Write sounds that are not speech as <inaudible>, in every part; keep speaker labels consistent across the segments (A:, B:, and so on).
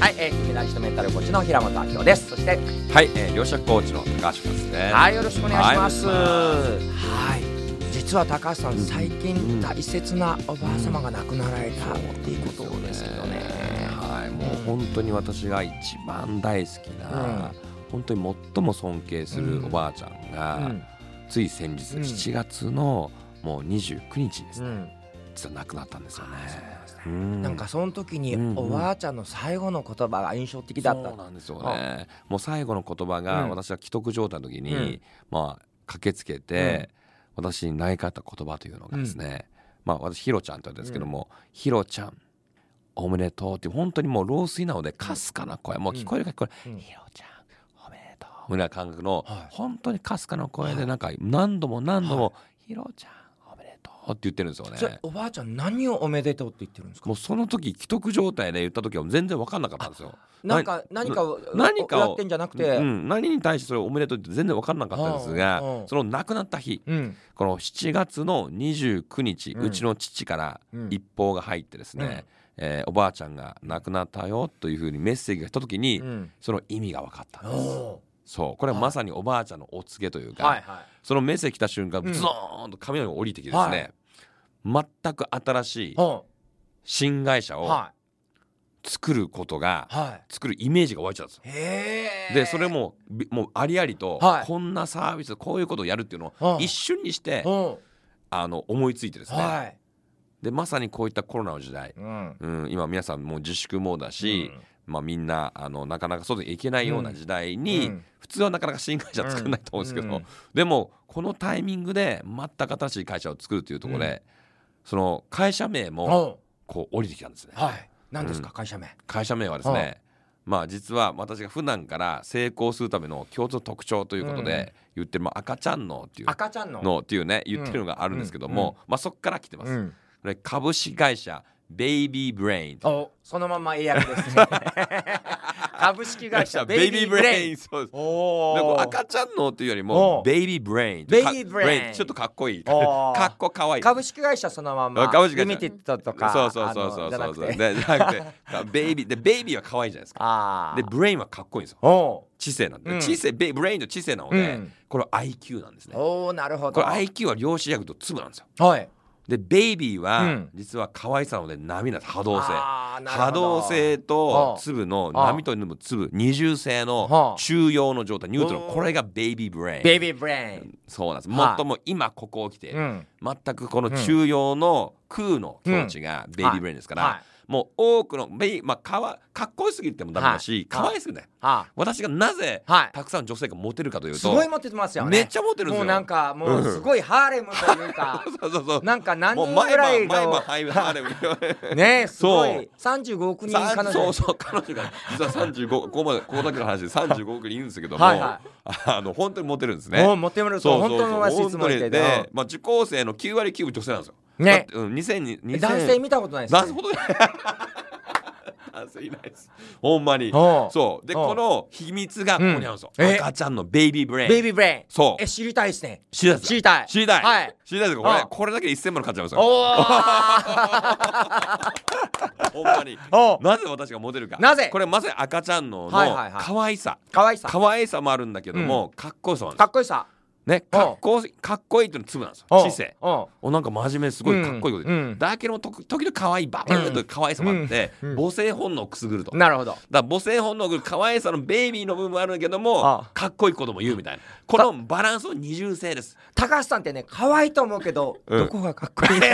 A: はい、えー、ヒゲ男子とメンタルコーチの平本明夫です。そして、
B: はい、えー、両者コーチの高橋ですね。
A: はい、よろしくお願いします。
B: は
A: はい、実は高橋さん、最近大切なおばあ様が亡くなられたっていうことですけどね。
B: はい、もう本当に私が一番大好きな、本当に最も尊敬するおばあちゃんが、
A: うん、
B: つい先日、
A: うん
B: 7月のもう29日にです
A: う
B: ね、
A: ん、
B: 実は亡くなったんですよね
A: あーそうなんですね。
B: うん
A: なんかその時に
B: うんうん
A: おばあちゃんの最後の言葉が印象的だった
B: そうなんですよねもう最後の言葉
A: う
B: が
A: ん
B: 私は既得状態の時に、
A: うん
B: まあ駆けつけて、私に投げかかった言葉というのがですね、まあ私ヒロちゃんと言うんですけども、ヒロちゃんおめでとうっていう本当にもう老衰なのでかすかな声、もう聞こえるか聞こえ
A: う
B: る、
A: ん
B: ヒロちゃんおめでとうみたいな感覚の、
A: はい
B: 本当にかすかな声でなんか何度も何度も、ヒロちゃんおめでとうって言ってるんですよ
A: それ
B: ね。
A: おばあちゃん何をおめでとうって言ってるんですか
B: もうその時既得状態で言った時は全然分かんなかったんですよ。
A: なんか何かを
B: 何かを
A: やってんじゃなくて、
B: う
A: うん
B: ん、何に対してそれをおめでとうって全然分からなかったんですが、
A: うんうん
B: その亡くなった日この7月の29日、
A: う
B: うんちの父から
A: うん
B: 一報が入ってですね、
A: うん
B: えーおばあちゃんが亡くなったよというふうにメッセージが来た時に、
A: うん
B: その意味が分かったんです
A: お
B: そうこれはまさにおばあちゃんのお告げという
A: ー
B: か、
A: はいは
B: そのメッセージ来た瞬間
A: うん
B: ズドーンと髪の毛が降りてきてですね、全く新しい
A: いお
B: 新会社
A: ー
B: を
A: は
B: 作ることが
A: いは
B: 作るイメージが湧いちゃったんですよ
A: いへえ
B: でそれもびもうありありと、
A: はい
B: こんなサービスこういうことをやるっていうの
A: う
B: を
A: ん
B: 一瞬にして、
A: うん
B: あの思いついてですね、
A: はい
B: でまさにこういったコロナの時代、
A: うん
B: うん、今皆さんもう自粛もだし、まあ、みんなあのなかなか外に行けないような時代に、
A: うん
B: 普通はなかなか新会社作らないと思うんですけど、
A: うん
B: でもこのタイミングで全く新しい会社を作るというところで、その会社名
A: うん
B: も
A: お
B: こう降りてきたんですね。
A: ーはい何ですか会社名
B: 会社名はですね、まあ実は私が普段から成功するための共通の特徴ということで言ってる、まあ、赤ちゃんのっていう
A: 赤ちゃんの
B: のっていうね言ってるのがあるんですけども、まあそこから来てます、
A: うん
B: これ株式会社ベイビーブレイン
A: おそのまま英訳です
B: <laughs>
A: ね株式会社ベイビーブレイン
B: そうです
A: お
B: でこう
A: ー
B: 赤ちゃんのっていうより
A: おう
B: もベイビーブレイン
A: ベイビーブレイン
B: ちょっとかっこいい
A: お
B: <laughs> か
A: う
B: っこかわいい
A: 株式会社そのまま
B: 株式
A: リ
B: 会社
A: ミテッドとか
B: そうそうそうそ
A: あの
B: う
A: じゃな
B: そ
A: く
B: うそう
A: て
B: でじゃなくてベイビーでベイビーは可愛いじゃないですか
A: あ
B: で
A: ー
B: ブレインはかっこいいんですよ
A: お
B: 知性なんで、
A: うん
B: 知性ベブレインの知性なので、
A: うん
B: これは IQ なんです
A: ー
B: ね
A: おーなるほど
B: これ IQ は量子力と粒なんですよ
A: はい
B: でベイビーは、
A: うん
B: 実は可愛さなので波なんです波動性
A: あーなるほ
B: 波
A: ど
B: 動性
A: は
B: と
A: あ
B: 粒の
A: はあ
B: 波と粒二重性
A: は
B: の
A: あ
B: 中庸の状態ニュートロ
A: おー
B: ンこれがベイビーブレイン
A: ベイビーブレイン
B: そうなんです
A: はあ
B: 最も今ここを来て、
A: ん
B: 全くこの中庸の空の境地がベイビーブレインですから、
A: はい
B: もう多くのベイ、まあ、かわかっこよすぎてもダメだし、
A: はい
B: 可愛すぎて
A: あ
B: 私がなぜ
A: はい
B: たくさんの女性がモテるかというと
A: すごい持ってますよね
B: めっちゃモテるんですよ
A: もうなんかもうすごいハーレムという
B: <laughs>
A: か
B: そうそうそう
A: なんか何
B: もう
A: 人
B: 前
A: ぐら
B: 歯
A: い
B: 前歯
A: の
B: ハイハーレム
A: ねすご
B: <laughs> そ
A: いう35億人
B: さん
A: 彼女
B: そうそう彼女が実は35ここまでここだけの話で35億人いるんですけども
A: はいは
B: あの本当にモテるんですね
A: もうモテると本当の私いつも言って
B: 本当
A: て
B: にで、まあ、受講生の9割9分女性なんですよ
A: ね
B: だってうん2000
A: うん
B: 2000
A: 男性見たことないですね
B: 男性ほとんど男性いないですほんまに
A: おう
B: そうで
A: おう
B: この秘密がここにあるんですよ、
A: うんえ
B: 赤ちゃんのベイビーブレイン
A: ベイビーブレイン
B: そう
A: え知りたいですね
B: 知りたいです
A: 知りたい
B: 知りたい、
A: はい
B: 知りたいですよこ
A: あ
B: れ
A: あ
B: これだけで1000万の価値ありますよ
A: お
B: <laughs> ほんまに
A: お
B: なぜ私がモテるか
A: なぜ
B: これまさに赤ちゃんのの
A: はいはいはい
B: 可愛さ
A: かわいさ
B: 可愛さもあるんだけども、かっこよさもあるんで
A: か
B: す
A: っこいいさ
B: ねかっこかっこいいっていうの粒なんですよ知性
A: うん
B: おなんか真面目ですごいかっこいいこと言って
A: うんうん
B: だけどもとく時々可愛いバーンと可愛さもあって、
A: うんうん
B: 母性本能をくすぐるとだか
A: なるほど
B: ら母性本能をくすぐる可愛さのベイビーの部分もあるんだけども
A: ああ
B: かっこいいことも言うみたいなこのバランスの二重性です
A: 高橋さんってね可愛いと思うけど、
B: うん
A: どこがかっこいいど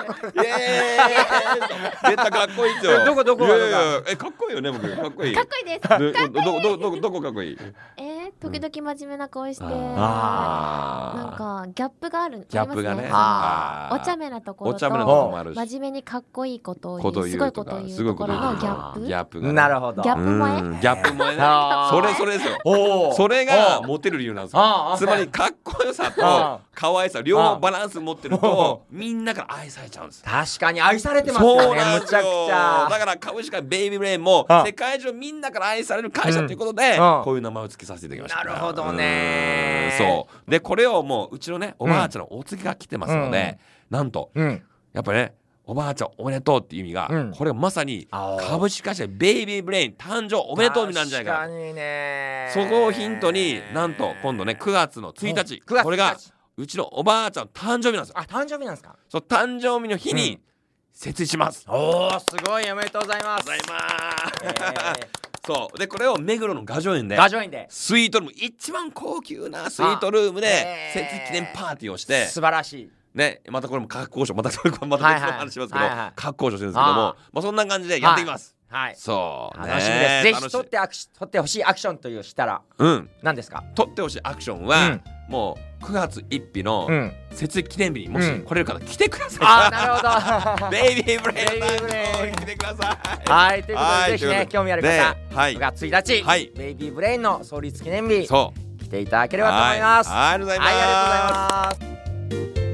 A: こ
B: イエーイ <laughs> 出たかっこいいですよ
A: どこどこ
B: いやいやいやえかっこいいよね僕かっこいい
C: かっこいいです。
B: どどどどどこかっこいい
C: えー、時々真面目な顔して、なん
B: あ
C: かギャップがある。
B: ギャップが
C: あり
B: ね
C: ます
A: あ
C: お茶目なところ
B: お
C: と
B: 茶目なところもあるし
C: 真面目にかっこいいことを言
B: こ
C: う
B: とを
C: す
B: 言
C: ごいうこととを
B: か
C: 言う
B: すごい
C: と
B: こ
C: ことろ
B: を言
C: の
B: <laughs> うと
C: ギャ
B: か
C: ップ
B: ギャップがね
A: なるほど
C: ギャップ萌え
B: うんギャップ萌えね
A: あー
B: それそれですよ
A: おー
B: それが
A: おー
B: モテる理由なんです
A: あ
B: よ
A: ー
B: つまりかっこよさ
A: あ
B: と可愛さ両
A: あ
B: 方
A: ー
B: バランス持ってる
A: おー
B: とみんなから愛されちゃうんです
A: 確かに愛されてます
B: そ
A: よ
B: う
A: ね
B: なん
A: む
B: で
A: ち
B: す
A: ゃ
B: よ
A: くちゃ
B: だから株式会社ベイビーブレインも
A: あ
B: 世界中みんなから愛される会社ということで
A: うんうん
B: こういう名前を付けさせていただきました
A: なるほどね
B: うんそうでこれをもううちのねおばあちゃんのお告げが来てますのでなんと
A: うん
B: やっぱねおばあちゃんおめでとうっていう意味が、
A: うん
B: これまさに
A: あー
B: 株式会社ベイビーブレイン誕生おめでとうになんじゃないか
A: 確かにね
B: そこをヒントになんと今度ね9月の1日
A: 9月
B: これが
A: 1日
B: うちのおばあちゃんの誕生日なんですよ
A: あ誕生日なんですか
B: そう誕生日の日
A: う
B: に設置します、
A: おおすごいおめでとうございます
B: ございます、
A: え
B: そうでこれを目黒のガジョ <laughs> 園で
A: ーガジョインで
B: スイートルーム一番高級なスイートルーム
A: え
B: で
A: ー
B: 設置記念パーティーをして
A: 素晴らしい
B: ねまたこれも価格交渉またこれまた別の話しますけ
A: は
B: ど
A: いはいはいはい
B: 価格交渉してるんですけども
A: あ
B: まあそんな感じでやっていきます
A: はい
B: そうね
A: 楽しみですぜひ
B: 楽し
A: 取ってアクシ取ってほしいアクションというしたら
B: うん
A: 何ですか
B: 取ってほしいアクション
A: う
B: は
A: ん
B: もう9月1日の <laughs>
A: うん
B: 設置記念日にもし
A: うん
B: 来れる方来てくださ
A: あ
B: い
A: なるほど
B: ベイビーブレ
A: ベイビーブレイン
B: イン来てくださ
A: <laughs>
B: い
A: はいということ
B: は
A: でぜ
B: い
A: ひ
B: と
A: ね
B: いうことで
A: 興味ある方
B: ねはい
A: 9月1日、
B: はい
A: ベイビーブレインの創立記念日
B: そう
A: 来ていただければと思います
B: はいありがとうございます
A: はいありがとうございます